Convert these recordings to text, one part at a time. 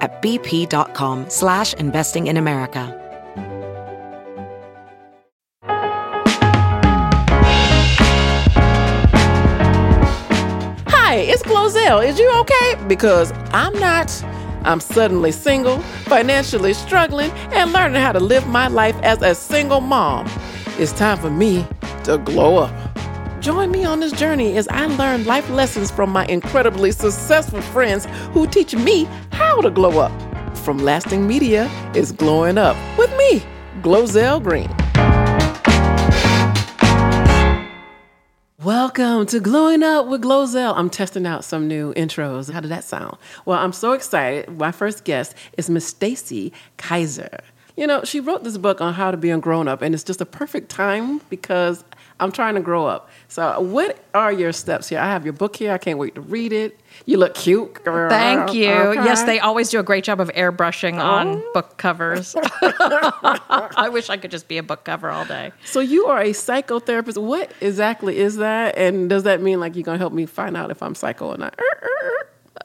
at bp.com slash investing in America. Hi, it's Glozell. Is you okay? Because I'm not. I'm suddenly single, financially struggling, and learning how to live my life as a single mom. It's time for me to glow up. Join me on this journey as I learn life lessons from my incredibly successful friends who teach me how to glow up. From Lasting Media is glowing up with me, Glozell Green. Welcome to Glowing Up with Glozell. I'm testing out some new intros. How did that sound? Well, I'm so excited. My first guest is Miss Stacy Kaiser. You know, she wrote this book on how to be a grown up, and it's just a perfect time because I'm trying to grow up. So, what are your steps here? I have your book here. I can't wait to read it. You look cute, girl. Thank you. Oh, Okay. Oh. Yes, they always do a great job of airbrushing on book covers. I wish I could just be a book cover all day. So you are a psychotherapist. What exactly is that? And does that mean like you're gonna help me find out if I'm psycho or not? Er, er,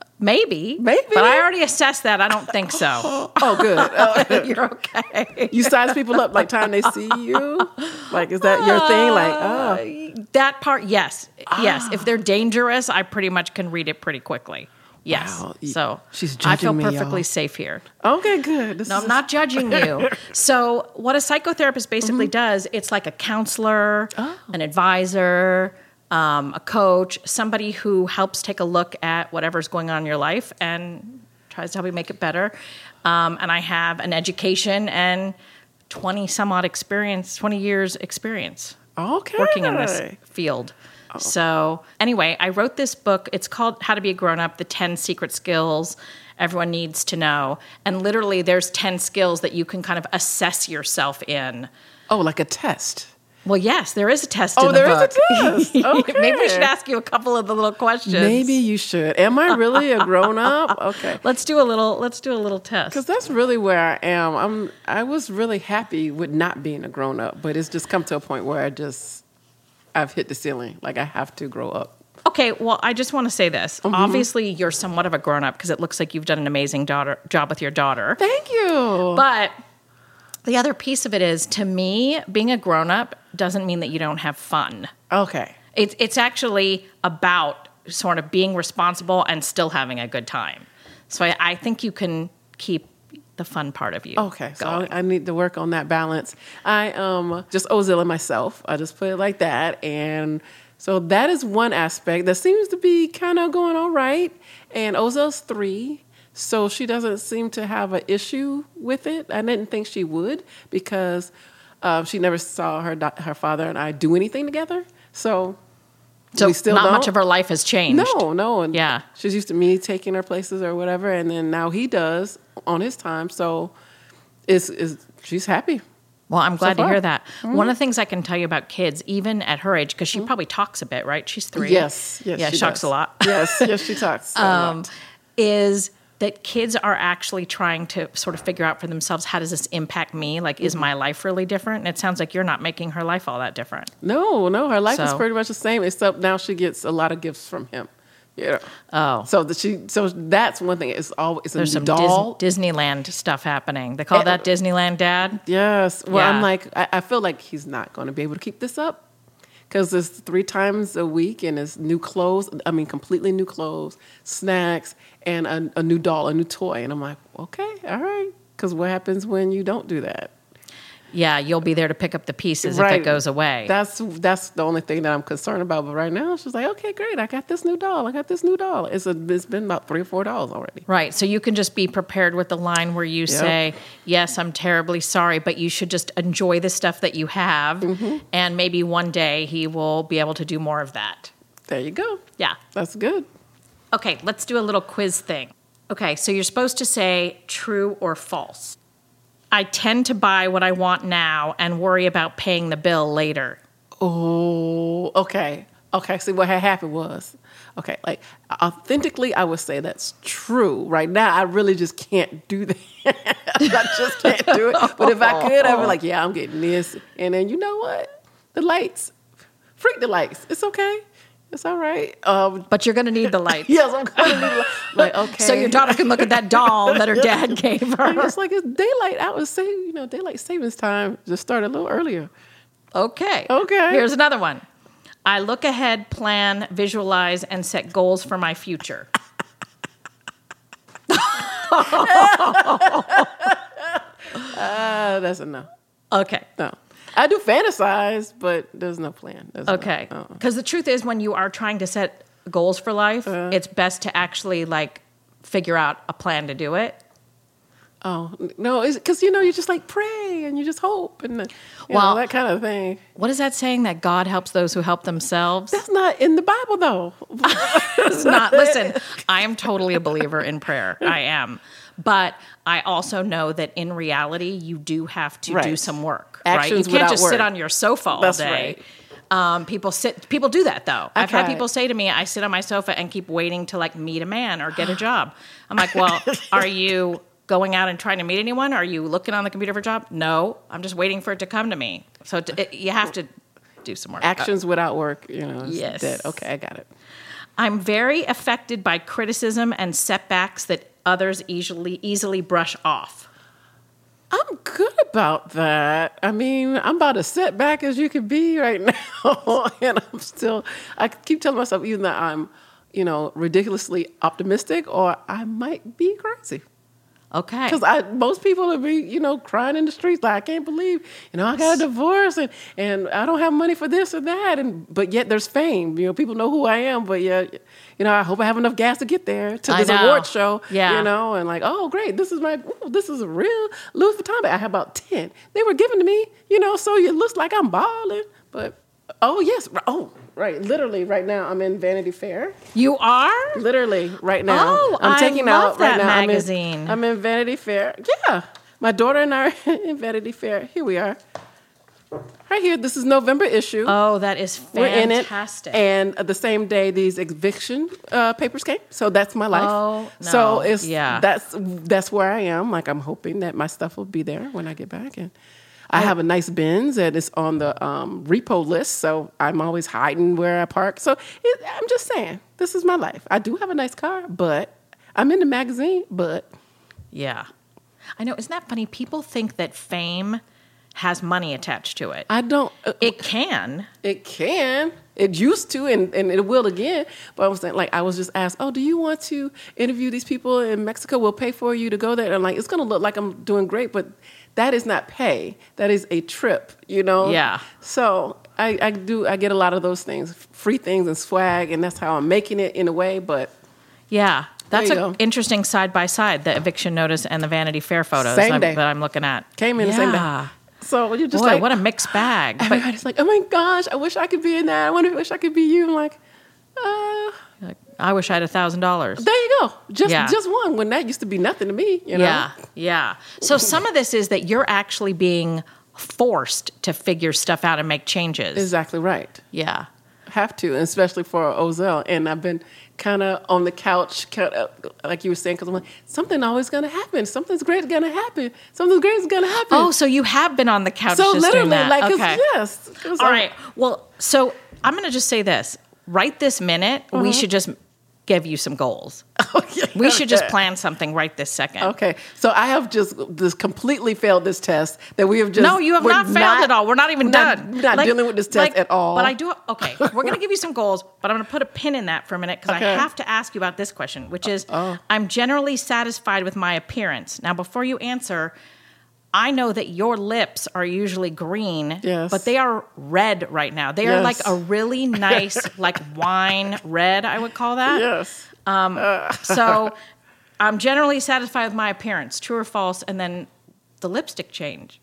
er. Maybe. Maybe. But I already assessed that. I don't think so. Oh, good. Oh, You're okay. you size people up like time they see you. Like, is that your thing? Like, oh, That part, yes. Yes. If they're dangerous, I pretty much can read it pretty quickly. Yes. Wow. You- So she's I feel judging me, perfectly y'all. safe here. oh, okay, good. This No, is- I'm not judging you. So, what a psychotherapist basically does, it's like a counselor, an advisor, um, a coach, somebody who helps take a look at whatever's going on in your life and tries to help you make it better. Um, and I have an education and 20 some odd experience, 20 years experience okay. working in this field. Oh. So, anyway, I wrote this book. It's called How to Be a Grown Up The 10 Secret Skills Everyone Needs to Know. And literally, there's 10 skills that you can kind of assess yourself in. Oh, like a test. Well, yes, there is a test Oh, in the there is a book. test. Okay. Maybe we should ask you a couple of the little questions. Maybe you should. Am I really a grown up? Okay. Let's do a little let's do a little test. Because that's really where I am. I'm. I was really happy with not being a grown up, but it's just come to a point where I just, I've hit the ceiling. Like I have to grow up. Okay, well, I just want to say this. Mm-hmm. Obviously, you're somewhat of a grown-up because it looks like you've done an amazing daughter job with your daughter. Thank you. But the other piece of it is to me, being a grown up doesn't mean that you don't have fun. okay. It's it's actually about sort of being responsible and still having a good time. So I, I think you can keep the fun part of you. Okay, so going. I, I need to work on that balance. I um just Ozilla myself. I just put it like that, and so that is one aspect that seems to be kind of going all right. And Ozilla's three, so she doesn't seem to have an issue with it. I didn't think she would because um, she never saw her do- her father and I do anything together. So so we still not much don't? of her life has changed. No, no. And Yeah. She's used to me taking her places or whatever, and then now he does on his time. So it's, it's she's happy. Well, I'm glad to far. Mm-hmm. hear that. One of the things I can tell you about kids, even at her age, because she probably talks a bit, right? She's three. Yes. Yes. yeah, she talks a does. lot. Yes. Yes, she talks. a um, lot. is that kids are actually trying to sort of figure out for themselves how does this impact me? Like, is my life really different? And it sounds like you're not making her life all that different. No, no. Her life is So- pretty much the same, except now she gets a lot of gifts from him. Yeah. Oh. So that she. So that's one thing. It's always it's There's a some Dis- doll. Disneyland stuff happening. They call that Disneyland Dad. Yes. Well, I'm Yeah. like, I, I feel like he's not going to be able to keep this up because it's three times a week and it's new clothes. I mean, completely new clothes, snacks, and a, a new doll, a new toy. And I'm like, okay, all right. Because what happens when you don't do that? Yeah, you'll be there to pick up the pieces if it goes away. That's that's the only thing that I'm concerned about. But right now, she's like, okay, great. I got this new doll. I got this new doll. It's a, it's been about three or four dolls already. Right. So you can just be prepared with the line where you say, Yes, I'm terribly sorry, but you should just enjoy the stuff that you have. And maybe one day he will be able to do more of that. There you go. Yeah. That's good. Okay, let's do a little quiz thing. Okay, so you're supposed to say true or false. I tend to buy what I want now and worry about paying the bill later. Oh, okay. Okay. See, what had happened was, okay, like authentically, I would say that's true. Right now, I really just can't do that. I just can't do it. But if I could, I'd be like, yeah, I'm getting this. And then you know what? The lights, freak the lights. It's okay. It's all right. Um, But you're going to need the lights. yes, I'm going to be like, okay. So your daughter can look at that doll that her dad gave her. It's like it's daylight. I would say, you know, daylight savings time. Just start a little earlier. Okay. Okay. Here's another one. I look ahead, plan, visualize, and set goals for my future. Uh, that's a no. Okay. No. I do fantasize, but there's no plan. There's no- Okay. uh-uh. Because the truth is, when you are trying to set goals for life, Uh. it's best to actually like figure out a plan to do it. Oh no, it's because you know you just like pray and you just hope and you Well- know, that kind of thing. What is that saying that God helps those who help themselves? That's not in the Bible though. It's not. Listen, I am totally a believer in prayer. I am. But I also know that in reality, you do have to do Right. some work. right? You Actions can't without just sit work. on your sofa all That's day. right. Um, people sit. People do that though. I've had tried. people say to me, "I sit on my sofa and keep waiting to like meet a man or get a job." I'm like, "Well, are you going out and trying to meet anyone? Are you looking on the computer for a job?" No, I'm just waiting for it to come to me. So it, it, you have to do some work. Actions without work, you know. is Uh, Yes. dead. Okay, I got it. I'm very affected by criticism and setbacks that others easily easily brush off. I'm good about that. I mean, I'm about as set back as you could be right now, and I'm still. I keep telling myself even that I'm, you know, ridiculously optimistic, or I might be crazy. Okay. Because I most people would be, you know, crying in the streets like I can't believe, you know, I got a divorce and, and I don't have money for this or that and but yet there's fame. You know, people know who I am, but yeah, you know, I hope I have enough gas to get there to I this know. award show. Yeah. You know, and like, oh great, this is my ooh, this is a real Louis Vuitton bag. I have about ten. They were given to me, you know, so it looks like I'm balling. But oh yes, r- oh right, literally right now I'm in Vanity Fair. You are? Literally, right now. Oh, I I'm taking love out right that now. I'm in- magazine. I'm in, Vanity Fair. Yeah, my daughter and I are in Vanity Fair. Here we are, right here. This is November issue. Oh, that is We're in it, fantastic. and the same day these eviction uh, papers came. So that's my life. Oh, no. So it's Yeah. That's that's where I am. Like I'm hoping that my stuff will be there when I get back, and I have a nice Benz that is on the um, repo list. So I'm always hiding where I park. So it, I'm just saying, this is my life. I do have a nice car, but I'm in the magazine, but. yeah. I know, isn't that funny? People think that fame has money attached to it. I don't. uh, it can. It can. It used to, and, and it will again. But I'm saying, like, I was just asked, oh, do you want to interview these people in Mexico? We'll pay for you to go there. And I'm like, it's going to look like I'm doing great, but that is not pay. That is a trip, you know? Yeah. So I, I do, I get a lot of those things, free things and swag, and that's how I'm making it in a way. But Yeah. That's you an go. interesting side by side, the eviction notice and the Vanity Fair photos Same I'm- day. that I'm looking at. came in the same Yeah. day. So you're just Boy, like, what a mixed bag. But everybody's like, oh my gosh, I wish I could be in that. I wonder, wish I could be you. I'm like, uh, like, I wish I had a thousand dollars. There you go. Just Yeah. just one when that used to be nothing to me, you know. Yeah, yeah. So some of this is that you're actually being forced to figure stuff out and make changes. Exactly right. yeah. Have to, especially for Ozell. And I've been kind of on the couch, kind of like you were saying, because I'm like, something always going to happen. Something's great is going to happen. Something great is going to happen. Oh, so you have been on the couch. so just literally, doing that. like, 'cause- okay. yes. 'cause All I'm- right. Well, so I'm going to just say this. Right this minute, Uh-huh. we should just give you some goals. Okay. We should just plan something right this second. Okay, so I have just just completely failed this test that we have just. no, you have we're not failed at all. We're not even not- done. we're Not Like- dealing with this test like- at all. But I do. Okay, we're going to give you some goals, but I'm going to put a pin in that for a minute because I Okay. Oh. have to ask you about this question, which is I'm generally satisfied with my appearance. Now, before you answer, I know that your lips are usually green, Yes. but they are red right now. They Yes. are like a really nice, like wine red, I would call that. Yes. So I'm generally satisfied with my appearance, true or false, and then the lipstick change.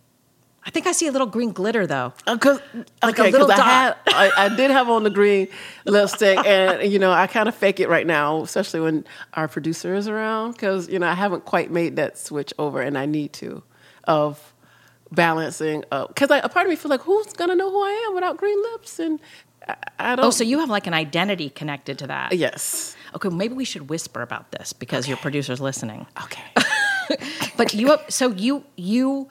I think I see a little green glitter though. Because a little I dot. had I, I did have on the green lipstick, and you know I kind of fake it right now, especially when our producer is around, because you know I haven't quite made that switch over, and I need to. of balancing up. Because a part of me feel like, who's gonna know who I am without green lips? And I, I don't. Oh, so you have like an identity connected to Uh, that. yes. Okay, maybe we should whisper about this because your producer's listening. Okay. But you, so you, you,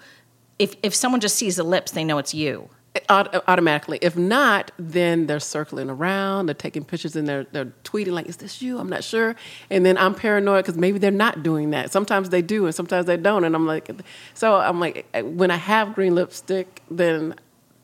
if if someone just sees the lips, they know it's you. Aut- automatically. If not, then they're circling around, they're taking pictures, and they're, they're tweeting, like, is this you? I'm not sure. And then I'm paranoid because maybe they're not doing that. Sometimes they do, and sometimes they don't. And I'm like, so I'm like, when I have green lipstick, then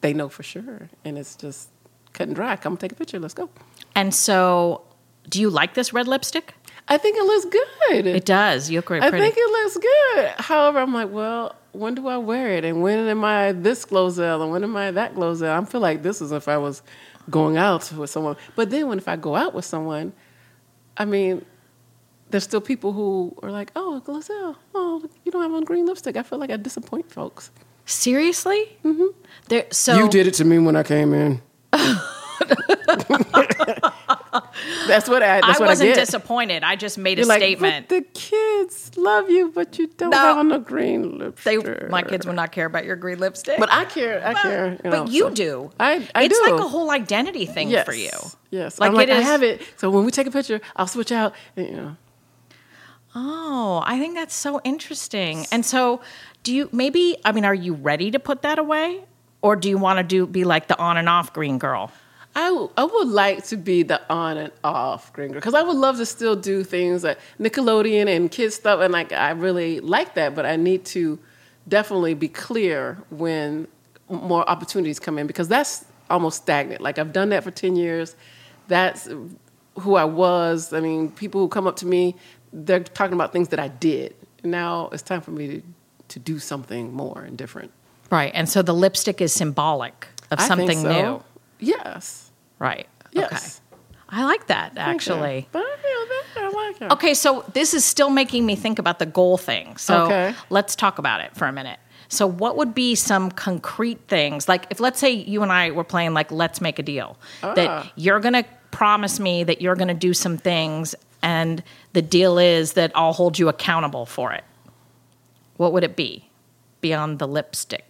they know for sure. And it's just cut and dry. Come take a picture. Let's go. And so, do you like this red lipstick? I think it looks good. It does. You look very I pretty. think it looks good. However, I'm like, well, when do I wear it? And when am I this glozell? And when am I that glozell? I feel like this is if I was going out with someone. But then when if I go out with someone, I mean, there's still people who are like, oh, glozell, oh, you don't have on green lipstick. I feel like I disappoint folks. Seriously? Mm-hmm. There, so it to me when I came in. that's what I. That's I what wasn't I get. disappointed. I just made a You're like, statement. But the kids love you, but you don't No. have on a green they, lipstick. my kids will not care about your green lipstick. But I care. I care. but know, you so. do. I, I it's do. like a whole identity thing yes. for you. Yes. Like I'm like, it I is- have it. So when we take a picture, I'll switch out. and, you know. Oh, I think that's so interesting. And so, do you maybe? I mean, are you ready to put that away, or do you want to do be like the on and off green girl? I, w- I would like to be the on and off green girl because I would love to still do things like Nickelodeon and kids stuff and like I really like that, but I need to definitely be clear when more opportunities come in because that's almost stagnant. Like I've done that for ten years. That's who I was. I mean, people who come up to me, they're talking about things that I did. Now it's time for me to, to do something more and different. Right. And so the lipstick is symbolic of I think something so. new. Yes. Right. Yes. Okay. I like that actually. But I feel that I like it. Okay, so this is still making me think about the goal thing. So Okay. let's talk about it for a minute. So what would be some concrete things? Like if let's say you and I were playing like let's make a deal that you're going to promise me that you're going to do some things and the deal is that I'll hold you accountable for it. What would it be beyond the lipstick?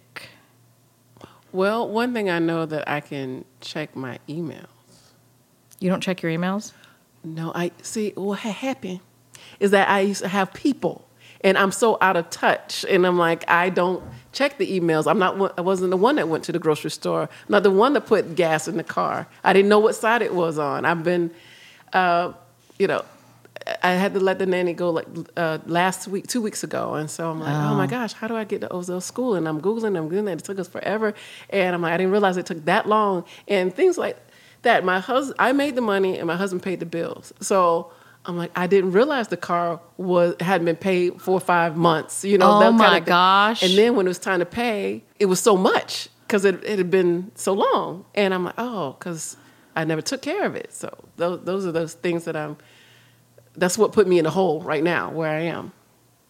Well, one thing I know that I can check my email. You don't check your emails? No, I see what had happened is that I used to have people and I'm so out of touch and I'm like I don't check the emails. I'm not one- I wasn't the one that went to the grocery store. I'm not the one that put gas in the car. I didn't know what side it was on. I've been uh, you know I had to let the nanny go like uh, last week, two weeks ago, and so I'm like, oh. my gosh, how do I get to Ozell School? And I'm googling, I'm googling, it took us forever, and I'm like, I didn't realize it took that long, and things like that. My husband, I made the money, and my husband paid the bills, so I'm like, I didn't realize the car was hadn't been paid for five months, you know. Oh, that my kind of gosh. And then when it was time to pay, it was so much because it, it had been so long, and I'm like, oh, because I never took care of it. So those those are those things that I'm that's what put me in a hole right now where I am.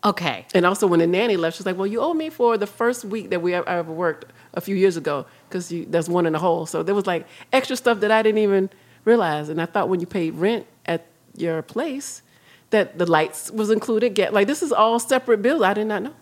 Okay. And also when the nanny left, she's like, "Well, you owe me for the first week that we ever, I ever worked a few years ago because that's one in a hole." So there was like extra stuff that I didn't even realize. And I thought when you paid rent at your place, that the lights was included. Get like this is all separate bills. I did not know.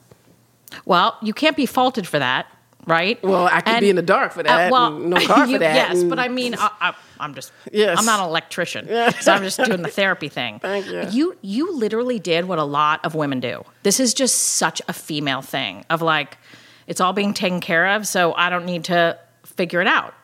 Well, you can't be faulted for that, right? uh, Well, I could be in the dark for that, and no car for that, Yes, and- but I mean, I, I, I'm just. Yes. I'm not an electrician, so I'm just doing the therapy thing. Thank you. You you literally did what a lot of women do. This is just such a female thing of like, it's all being taken care of, so I don't need to figure it out,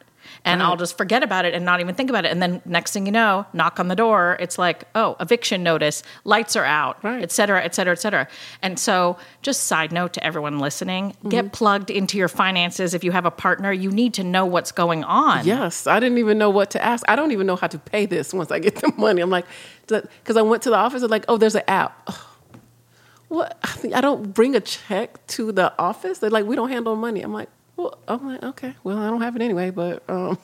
and I'll just forget about it and not even think about it. And then next thing you know, knock on the door, it's like, oh, eviction notice, lights are out, Right. et cetera, et cetera, et cetera. And so, just side note to everyone listening get plugged into your finances. If you have a partner, you need to know what's going on. Yes, I didn't even know what to ask. I don't even know how to pay this once I get the money. I'm like, because I went to the office. I'm like, oh, there's an app. Ugh. What? I think I don't bring a check to the office. They're like, we don't handle money. I'm like, well, I'm like, okay, well, I don't have it anyway, but um,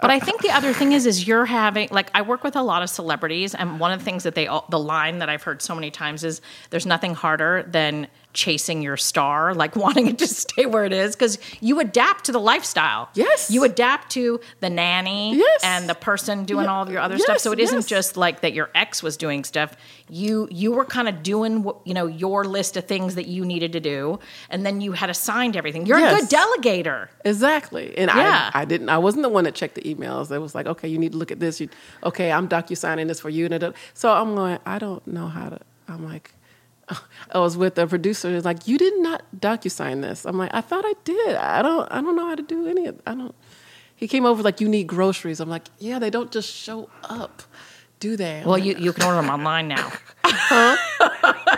But I think the other thing is, is you're having like I work with a lot of celebrities, and one of the things that they all, the line that I've heard so many times is there's nothing harder than chasing your star, like wanting it to stay where it is, because you adapt to the lifestyle. Yes. you adapt to the nanny. Yes. and the person doing all of your other Yes, stuff. So it yes. not just like that your ex was doing stuff. You you were kind of doing what- you know your list of things that you needed to do, and then you had assigned everything. You're Yes. a good delegator. Exactly. And Yeah. I, I didn't, I wasn't the one that checked the emails. It was like, okay, you need to look at this. You, okay, I'm docu-signing this for you. And it- So I'm going, I don't know how to, I'm like, I was with a producer and he's like, you did not docu-sign this. I'm like, I thought I did. I don't, I don't know how to do any of, I don't, he came over like, you need groceries. I'm like, yeah, they don't just show up. Do they? I'm Well, like, you, you can order them online now.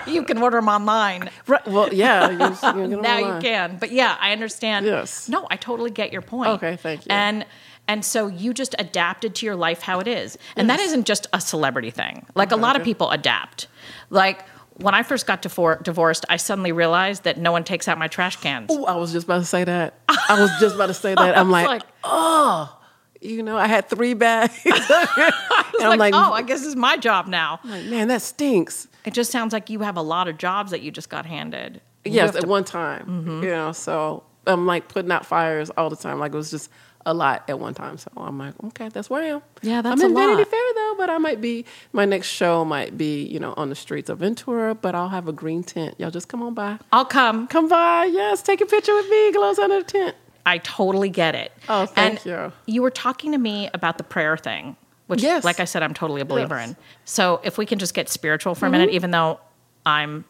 you can order them online. right, well, yeah. You, you're gonna Now rely. you can. But yeah, I understand. Yes. No, I totally get your point. Okay, thank you. And and so you just adapted to your life how it is. And that isn't just a celebrity thing. Like a lot of people adapt. Like when I first got difor- divorced, I suddenly realized that no one takes out my trash cans. Ooh, I was just about to say that. I was just about to say that. I'm like, like- oh, you know, I had three bags. and It's I'm like, like, oh, I guess it's my job now. like, man, that stinks. It just sounds like you have a lot of jobs that you just got handed. You Yes, have at to- Mm-hmm. one time, you know. So I'm like putting out fires all the time. Like it was just a lot at one time. So I'm like, okay, that's where I am. Yeah, that's I'm a in Vanity lot. Fair though, but I might be. My next show might be, you know, on the streets of Ventura, but I'll have a green tent. Y'all just come on by. I'll come. Come by. Yes, take a picture with me. Glows under the tent. I totally get it. Oh, thank and you. You were talking to me about the prayer thing, which, Yes. like I said, I'm totally a believer Yes. Mm-hmm. in. So if we can just get spiritual for a minute, even though I'm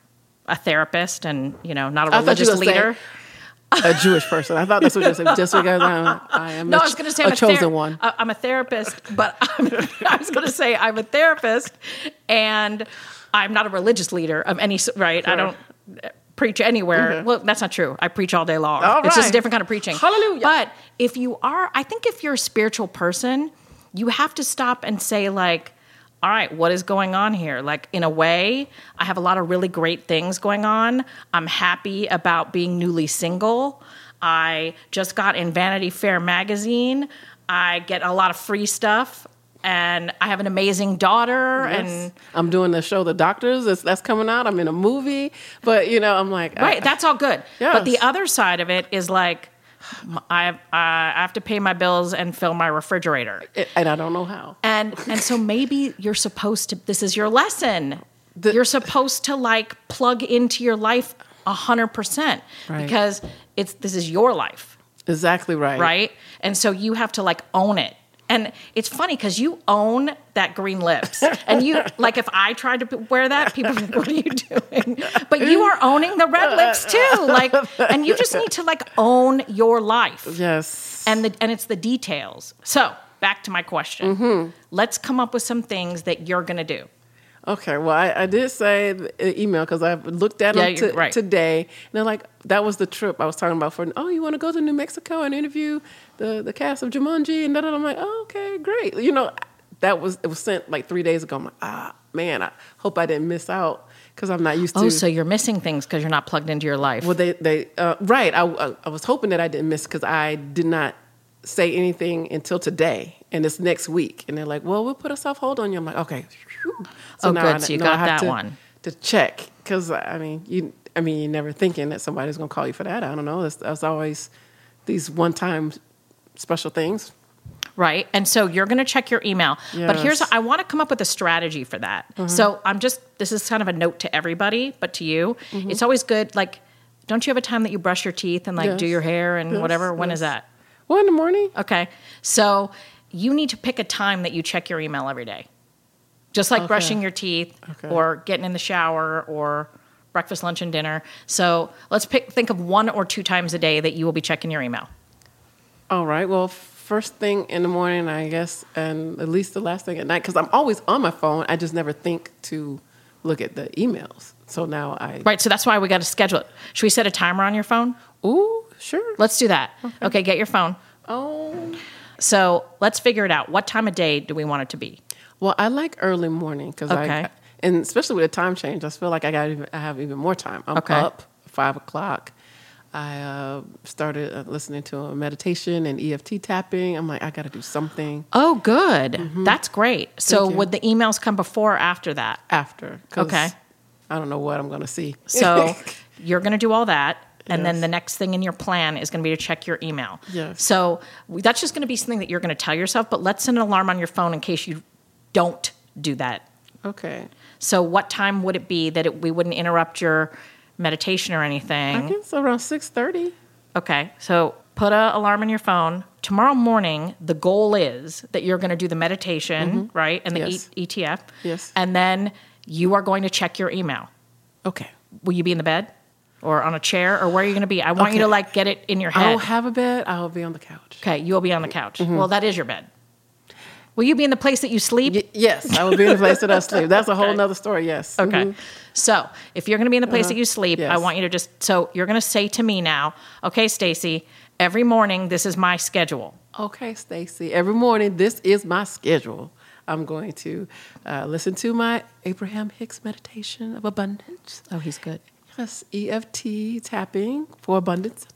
a therapist and you know not a I thought you religious were gonna say- leader. a Jewish person. I thought that's what you said. Just because I'm, I am no, a, I was going to say a I'm a chosen thera- one. I- I'm a therapist, but I'm, I was going to say I'm a therapist, and I'm not a religious leader of any s- right. I don't uh, preach anywhere. Well, that's not true. I preach all day long. Mm-hmm. All It's just right. a different kind of preaching. Hallelujah. But if you are, I think if you're a spiritual person, you have to stop and say like. All right, what is going on here? Like, in a way, I have a lot of really great things going on. I'm happy about being newly single. I just got in Vanity Fair magazine. I get a lot of free stuff, and I have an amazing daughter. Yes. And I'm doing the show, The Doctors. It's, that's coming out. I'm in a movie, but you know, I'm like, I- right, that's all good. But the Yes. other side of it is like, I, I have to pay my bills and fill my refrigerator. and I don't know how. and and so maybe you're supposed to this is your lesson The- you're supposed to like plug into your life 100% Right. because it's this is your life Exactly right. right and so you have to like own it and it's funny because you own that green lips and you like if i tried to wear that people would be like what are you doing but you are owning the red lips too like and you just need to like own your life Yes. and the and it's the details. So back to my question. Let's come up with some things that you're gonna do. Okay. Well, I, I did say the email because I looked at Yeah, them you're to- right. today, and they're like, that was the trip I was talking about for. Oh, you want to go to New Mexico and interview the the cast of Jumanji and da da. da. I'm like, oh, okay, great. You know, that was it was sent like three days ago. I'm like, ah, man, I hope I didn't miss out because I'm not used to. Oh, so you're missing things because you're not plugged into your life. Mm. Well, they they uh, right. I, I I was hoping that I didn't miss because I did not say anything until today, and it's next week. And they're like, "Well, we'll put a soft hold on you." I'm like, "Okay." Oh, now good. I So you know I got have that to- one. to check because I mean you. I mean, you're never thinking that somebody's gonna call you for that. I don't know. That's, that's always these one-time special things. right? And so you're going to check your email. But here's, Yes. Mm-hmm. I want to come up with a strategy for that. So I'm just, this is kind of a note to everybody, but to you, Mm-hmm. it's always good. Like, don't you have a time that you brush your teeth and like do Yes. your hair and Yes, whatever? When is that? Well, in the morning, Okay. So you need to pick a time that you check your email every day. Just like brushing your teeth Okay. or getting in the shower or breakfast, lunch, and dinner. So let's pick think of one or two times a day that you will be checking your email. All right. Well, first thing in the morning, I guess, and at least the last thing at night, because I'm always on my phone. I just never think to look at the emails. So now I. Right. So that's why we got to schedule it. Should we set a timer on your phone? Ooh, sure. Let's do that. Okay, get your phone. Oh. So let's figure it out. What time of day do we want it to be? Well, I like early morning because Okay. I, and especially with the time change, I feel like I got even, I have even more time. I'm Okay. up five o'clock. I uh, started uh, listening to a meditation and EFT tapping. I'm like, I got to do something Oh, good. That's great. So would the emails come before or after that? after. 'cause Okay. I don't know what I'm going to see. So you're going to do all that. And then Yes. the next thing in your plan is going to be to check your email. Yes. So w- that's just going to be something that you're going to tell yourself, but let's set an alarm on your phone in case you don't do that. okay. So what time would it be that it, we wouldn't interrupt your meditation or anything? I guess around 6.30. Okay. So put a alarm on your phone. Tomorrow morning, the goal is that you're going to do the meditation, right? And the Mm-hmm. Yes. e- ETF. Yes. And then you are going to check your email. Okay. Will you be in the bed or on a chair or where are you going to be? I want you to Okay. like get it in your I head. don't have a bed. I'll be on the couch. okay. You'll be on the couch. Well, that is your bed. Will you be in the place that you sleep? Y- yes, I will be in the place that I sleep. That's a whole Okay. nother story, yes. Okay. Mhm. So if you're going to be in the place that you sleep, I Yes. want you to just, so you're going to say to me now, okay, Stacy, every morning, this is my schedule. Okay, Stacy. Every morning, this is my schedule. I'm going to uh, listen to my Abraham Hicks meditation of abundance. Oh, he's good. Yes, EFT tapping for abundance.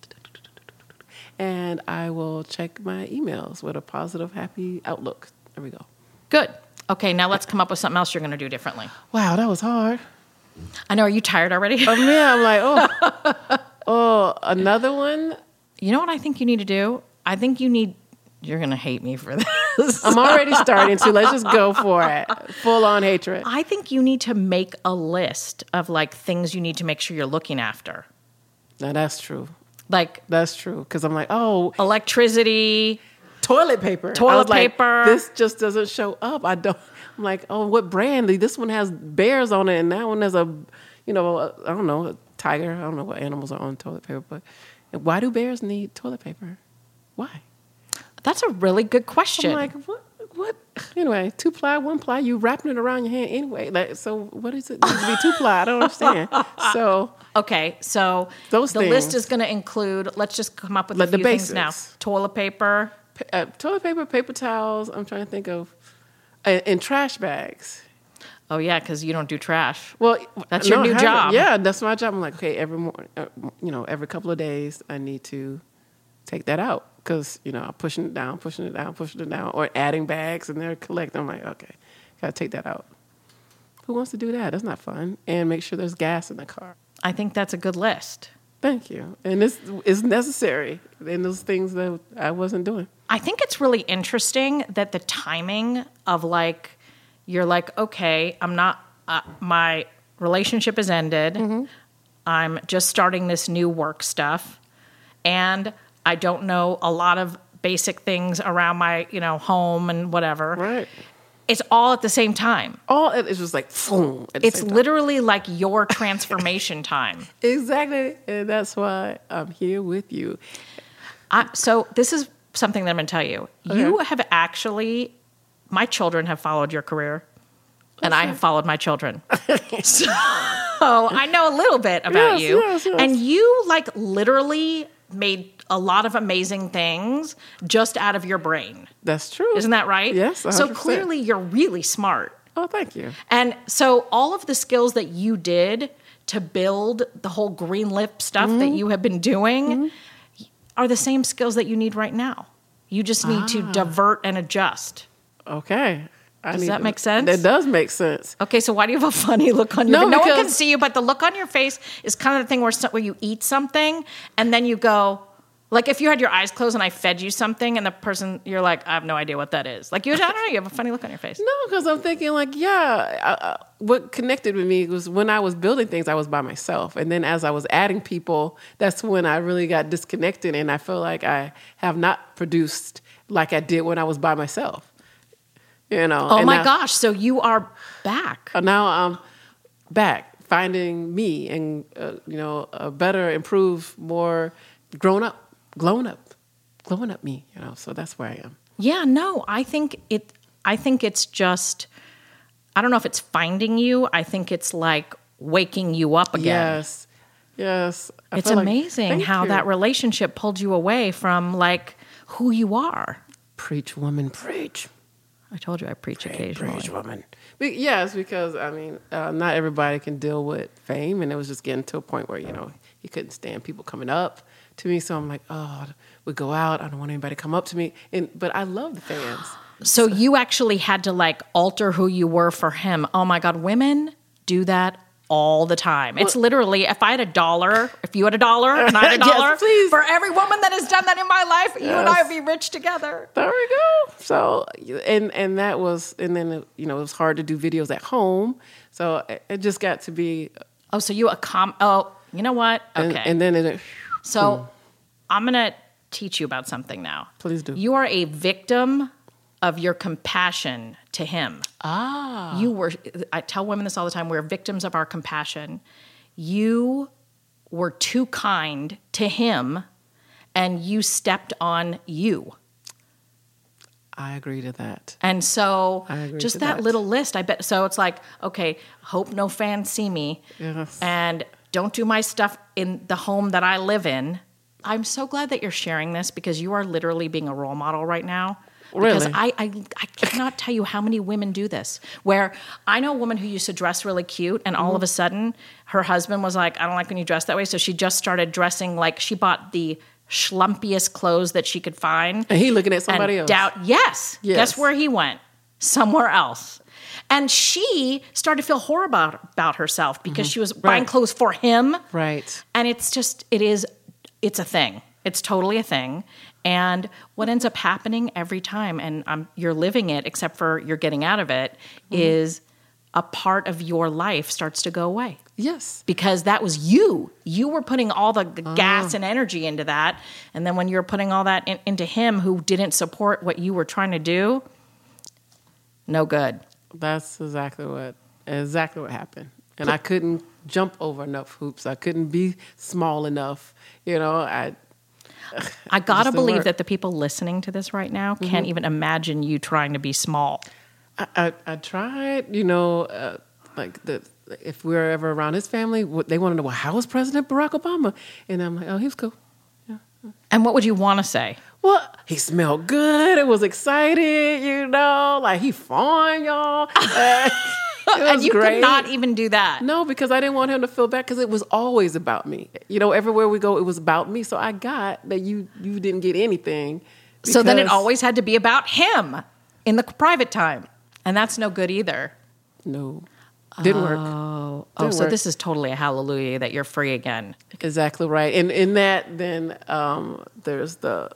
And I will check my emails with a positive, happy outlook. There we go. Good. Okay, now let's come up with something else you're going to do differently. Wow, that was hard. I know. Are you tired already? Oh man, I'm like, oh, oh, another one. you know what I think you need to do? I think you need. You're going to hate me for this. I'm already starting to. Let's just go for it. Full on hatred. I think you need to make a list of like things you need to make sure you're looking after, Now that's true. like That's true. Because I'm like, oh, electricity. toilet paper. I Toilet was like, paper. this just doesn't show up. I don't. I'm like, oh, what brand? This one has bears on it, and that one has a, you know, I I don't know, a tiger. I don't know what animals are on toilet paper, but and why do bears need toilet paper? Why? That's a really good question. I'm like, what? What? Anyway, two ply, one ply. You wrapping it around your hand anyway. Like, so what is it? Needs to be two ply. I don't understand. So okay, so Those the list things. is going to include. Let's just come up with a Like the few things now. basics. Toilet paper. pa- uh, toilet paper, paper towels. I'm trying to think of, and, and trash bags. Oh yeah, because you don't do trash. Well, That's your new how- job. Yeah, that's my job. I'm like, okay, every morning, uh, you know, every couple of days, I need to take that out because you know I'm pushing it down, pushing it down, pushing it down, or adding bags and they're collecting. I'm like, okay, gotta take that out. Who wants to do that? That's not fun. And make sure there's gas in the car. I think that's a good list. Thank you. And this is necessary. And those things that I wasn't doing. I think it's really interesting that the timing of like you're like okay, I'm not uh, my relationship is ended. Mm-hmm. I'm just starting this new work stuff and I don't know a lot of basic things around my, you know, home and whatever. Right. It's all at the same time. All it is just like, boom. at the It's same time. literally like your transformation time. exactly, and that's why I'm here with you. I, so this is something that I'm going to tell you. You have actually, my children have followed your career, and I have followed my children. so I know a little bit about Yes, you, yes, yes. and you like literally made a lot of amazing things just out of your brain. That's true. Isn't that right? Yes. So 100%. clearly, you're really smart. Oh, thank you. And so all of the skills that you did to build the whole green lip stuff Mm-hmm. that you have been doing are the same skills that you need right now. You just need Ah. to divert and adjust. Okay. I Does need that to- make sense? That does make sense. Okay, so why do you have a funny look on your No, face? No one can because- see you, but the look on your face is kind of the thing where, so- where you eat something and then you go, like if you had your eyes closed and I fed you something and the person, you're like, I have no idea what that is. Like you, I don't know, you have a funny look on your face. No, because I'm thinking like, yeah. I, I, what connected with me was when I was building things, I was by myself, and then as I was adding people, that's when I really got disconnected, and I feel like I have not produced like I did when I was by myself. You know. Oh and my now- gosh, so you are back. Uh, now I'm back finding me and uh, you know a better, improved, more grown up, grown up, glowing up me. You know, so that's where I am. Yeah, no, I think it I think it's just I don't know if it's finding you. I think it's like waking you up again. Yes, yes. I it's feel like- amazing Thank how you. that relationship pulled you away from like who you are. preach, woman, preach, I told you I preach occasionally. preach, woman. Be- yes, because I mean, uh, not everybody can deal with fame, and it was just getting to a point where you know He couldn't stand people coming up to me. So I'm like, oh, we go out. I don't want anybody to come up to me. And but I love the fans. So you actually had to like alter who you were for him. Oh my God, women do that all the time. It's literally if I had a dollar, if you had a dollar and I had a Yes, dollar, please. for every woman that has done that in my life, you and I would be rich together. There we go. So and and that was and then you know it was hard to do videos at home. So it- it just got to be Oh, so you a com? Oh, you know what? Okay. and, and then it so I'm gonna teach you about something now. Please do. You are a victim of your compassion to him. ah You were, I tell women this all the time, we're victims of our compassion. You were too kind to him and you stepped on you. I agree to that. And so I agree just to that, that. little list, I bet. So it's like, okay, hope no fans see me Yes. and don't do my stuff in the home that I live in. I'm so glad that you're sharing this because you are literally being a role model right now. Because Really? I, I, I cannot tell you how many women do this. Where I know a woman who used to dress really cute, and all of a Mm-hmm. sudden her husband was like, I don't like when you dress that way. So she just started dressing like she bought the schlumpiest clothes that she could find And he looking at somebody and else. Doubt. Yes. Yes. Guess where he went? Somewhere else. And she started to feel horrible about, about herself because she was buying Mm-hmm. Right. clothes for him. Right. And it's just, it is, it's a thing. It's totally a thing. And what ends up happening every time, and um, you're living it, except for you're getting out of it, Mm-hmm. is a part of your life starts to go away Yes. because that was you. You were putting all the Ah. g- gas and energy into that. And then when you were putting all that in, into him who didn't support what you were trying to do, no good. That's exactly what exactly what happened. And I couldn't jump over enough hoops. I couldn't be small enough. You know, I I got to didn't believe work. Mm-hmm. that the people listening to this right now can't even imagine you trying to be small. I, I, I tried, you know, uh, like the if we were ever around his family, what, they want to know, well, how was President Barack Obama? And I'm like, oh, he was cool. And what would you want to say? Well, he smelled good. It was exciting, you know, like he fine, y'all. Uh, it and was you great. could not even do that. No, because I didn't want him to feel bad because it was always about me. You know, everywhere we go, it was about me. So I got that you you didn't get anything. so then it because- always had to be about him in the private time. And that's no good either. no didn't work. Oh, oh Didn't so work. this is totally a hallelujah that you're free again. Exactly right. And in that, then um, there's the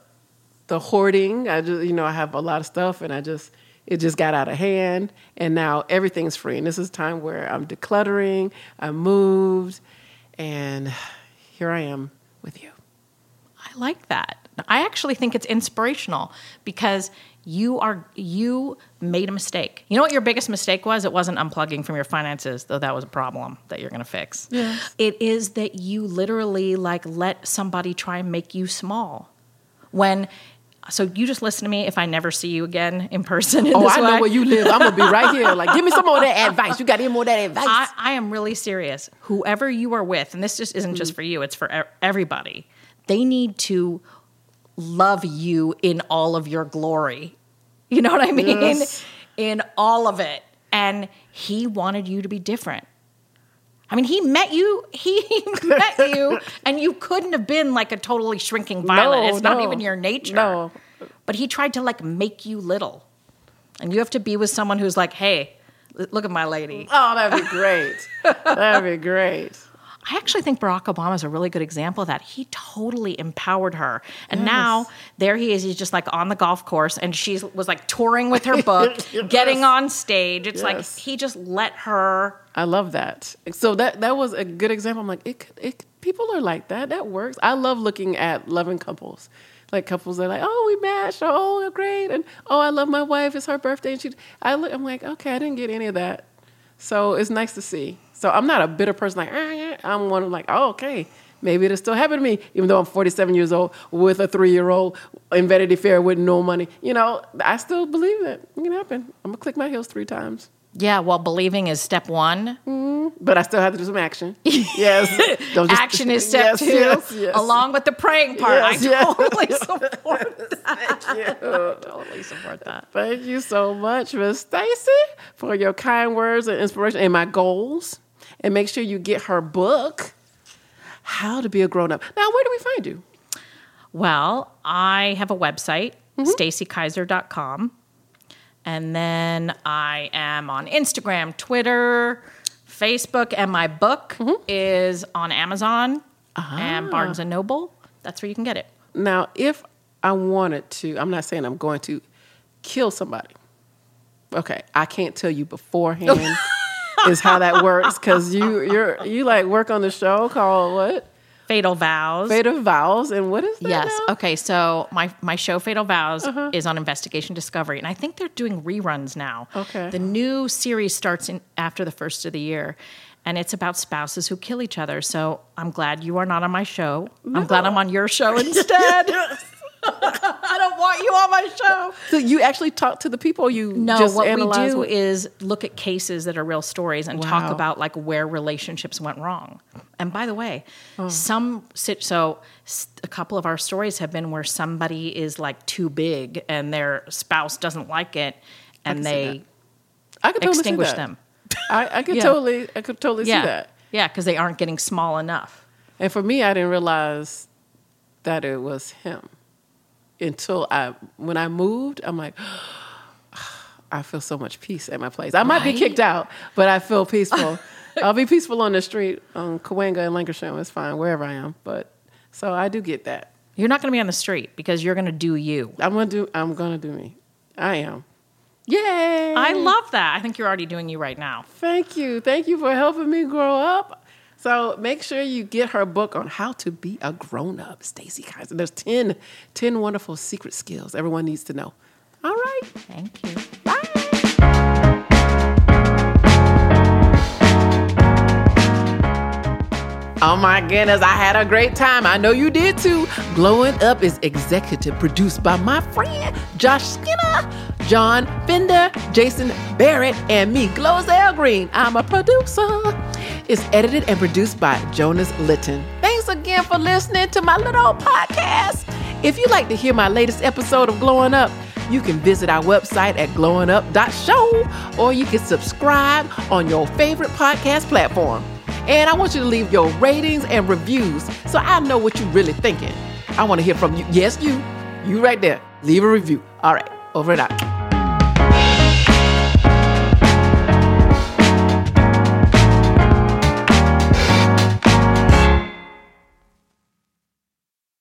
the hoarding. I just you know I have a lot of stuff, and I just it just got out of hand, and now everything's free. And this is time where I'm decluttering. I moved, and here I am with you. I like that. I actually think it's inspirational because you are you made a mistake. You know what your biggest mistake was? It wasn't unplugging from your finances, though that was a problem that you're going to fix. It is that you literally like let somebody try and make you small. When so you just listen to me if I never see you again in person in Oh, this I know way. where you live. I'm gonna be right here. Like, give me some more of that advice. You got any more of that advice? I, I am really serious. Whoever you are with, and this just isn't just for you, it's for e- everybody, they need to love you in all of your glory. You know what I mean? Yes. In all of it. And he wanted you to be different. I mean, he met you, he met you, and you couldn't have been like a totally shrinking violet. No, it's not no. even your nature. No. But he tried to like make you little. And you have to be with someone who's like, hey, l- look at my lady. oh, that'd be great. that'd be great. I actually think Barack Obama is a really good example of that. He totally empowered her. And now there he is. He's just like on the golf course and she was like touring with her book, getting on stage. It's like Yes. he just let her. I love that. So that that was a good example. I'm like, it, could- it people are like that. That works. I love looking at loving couples, like couples that are like, oh, we match. Oh, we're great, and oh, I love my wife. It's her birthday, and she. I look. I'm like, okay, I didn't get any of that. So it's nice to see. So I'm not a bitter person. Like, ah, yeah. I'm one of like, oh, okay. Maybe it'll still happen to me, even though I'm 47 years old with a three year old in Vanity Fair with no money. You know, I still believe that it can happen. I'm gonna click my heels three times Yeah, well, believing is step one. but I still have to do some action. Yes. Don't just- Action is step yes, two, Yes, yes. along with the praying part. Yes, I yes. totally support that. I totally support that. Thank you so much, Miss Stacy, for your kind words and inspiration and my goals. And make sure you get her book, How to be a grown up. Now, where do we find you? Well, I have a website, stacykaiser.com. And then I am on Instagram, Twitter, Facebook, and my book is on Amazon and Barnes and Noble. That's where you can get it. Now, if I wanted to, I'm not saying I'm going to kill somebody. Okay, I can't tell you beforehand is how that works because you you're you like work on the show called what Fatal Vows. Fatal Vows and what is that? Yes. now? Uh-huh. Okay. So my my show Fatal Vows is on Investigation Discovery, and I think they're doing reruns now. Okay. The new series starts in after the first of the year, and it's about spouses who kill each other. So I'm glad you are not on my show. I'm glad I'm on your show instead. I don't want you on my show. So you actually talk to the people you No, just what we analyze do what- is look at cases that are real stories and talk Wow. about like where relationships went wrong. And by the way, Oh. some sit so s- a couple of our stories have been where somebody is like too big and their spouse doesn't like it and see they I could totally see extinguish that. them. I, I could Yeah. totally I could totally yeah. see that. Yeah, cuz they aren't getting small enough. And for me, I didn't realize that it was him until I, when I moved, I'm like, I feel so much peace at my place. I might be Right? kicked out, but I feel peaceful. I'll be peaceful on the street on Cahuenga and Lancashire. It's fine wherever I am. But so I do get that. You're not going to be on the street because you're going to do you. I'm gonna do. I'm gonna do me. I am. Yay! I love that. I think you're already doing you right now. Thank you. Thank you for helping me grow up. So make sure you get her book on how to be a grown up, Stacey Kaiser. There's 10, 10 wonderful secret skills everyone needs to know. All right. Thank you. Oh my goodness, I had a great time. I know you did too. Glowing Up is executive produced by my friend Josh Skinner, John Fender, Jason Barrett, and me, Glozell Green. I'm a producer. It's edited and produced by Jonas Litton. Thanks again for listening to my little podcast. If you'd like to hear my latest episode of Glowing Up, you can visit our website at glowingup.show or you can subscribe on your favorite podcast platform. And I want you to leave your ratings and reviews so I know what you're really thinking. I want to hear from you. Yes, you. You right there. Leave a review. All right. Over and out.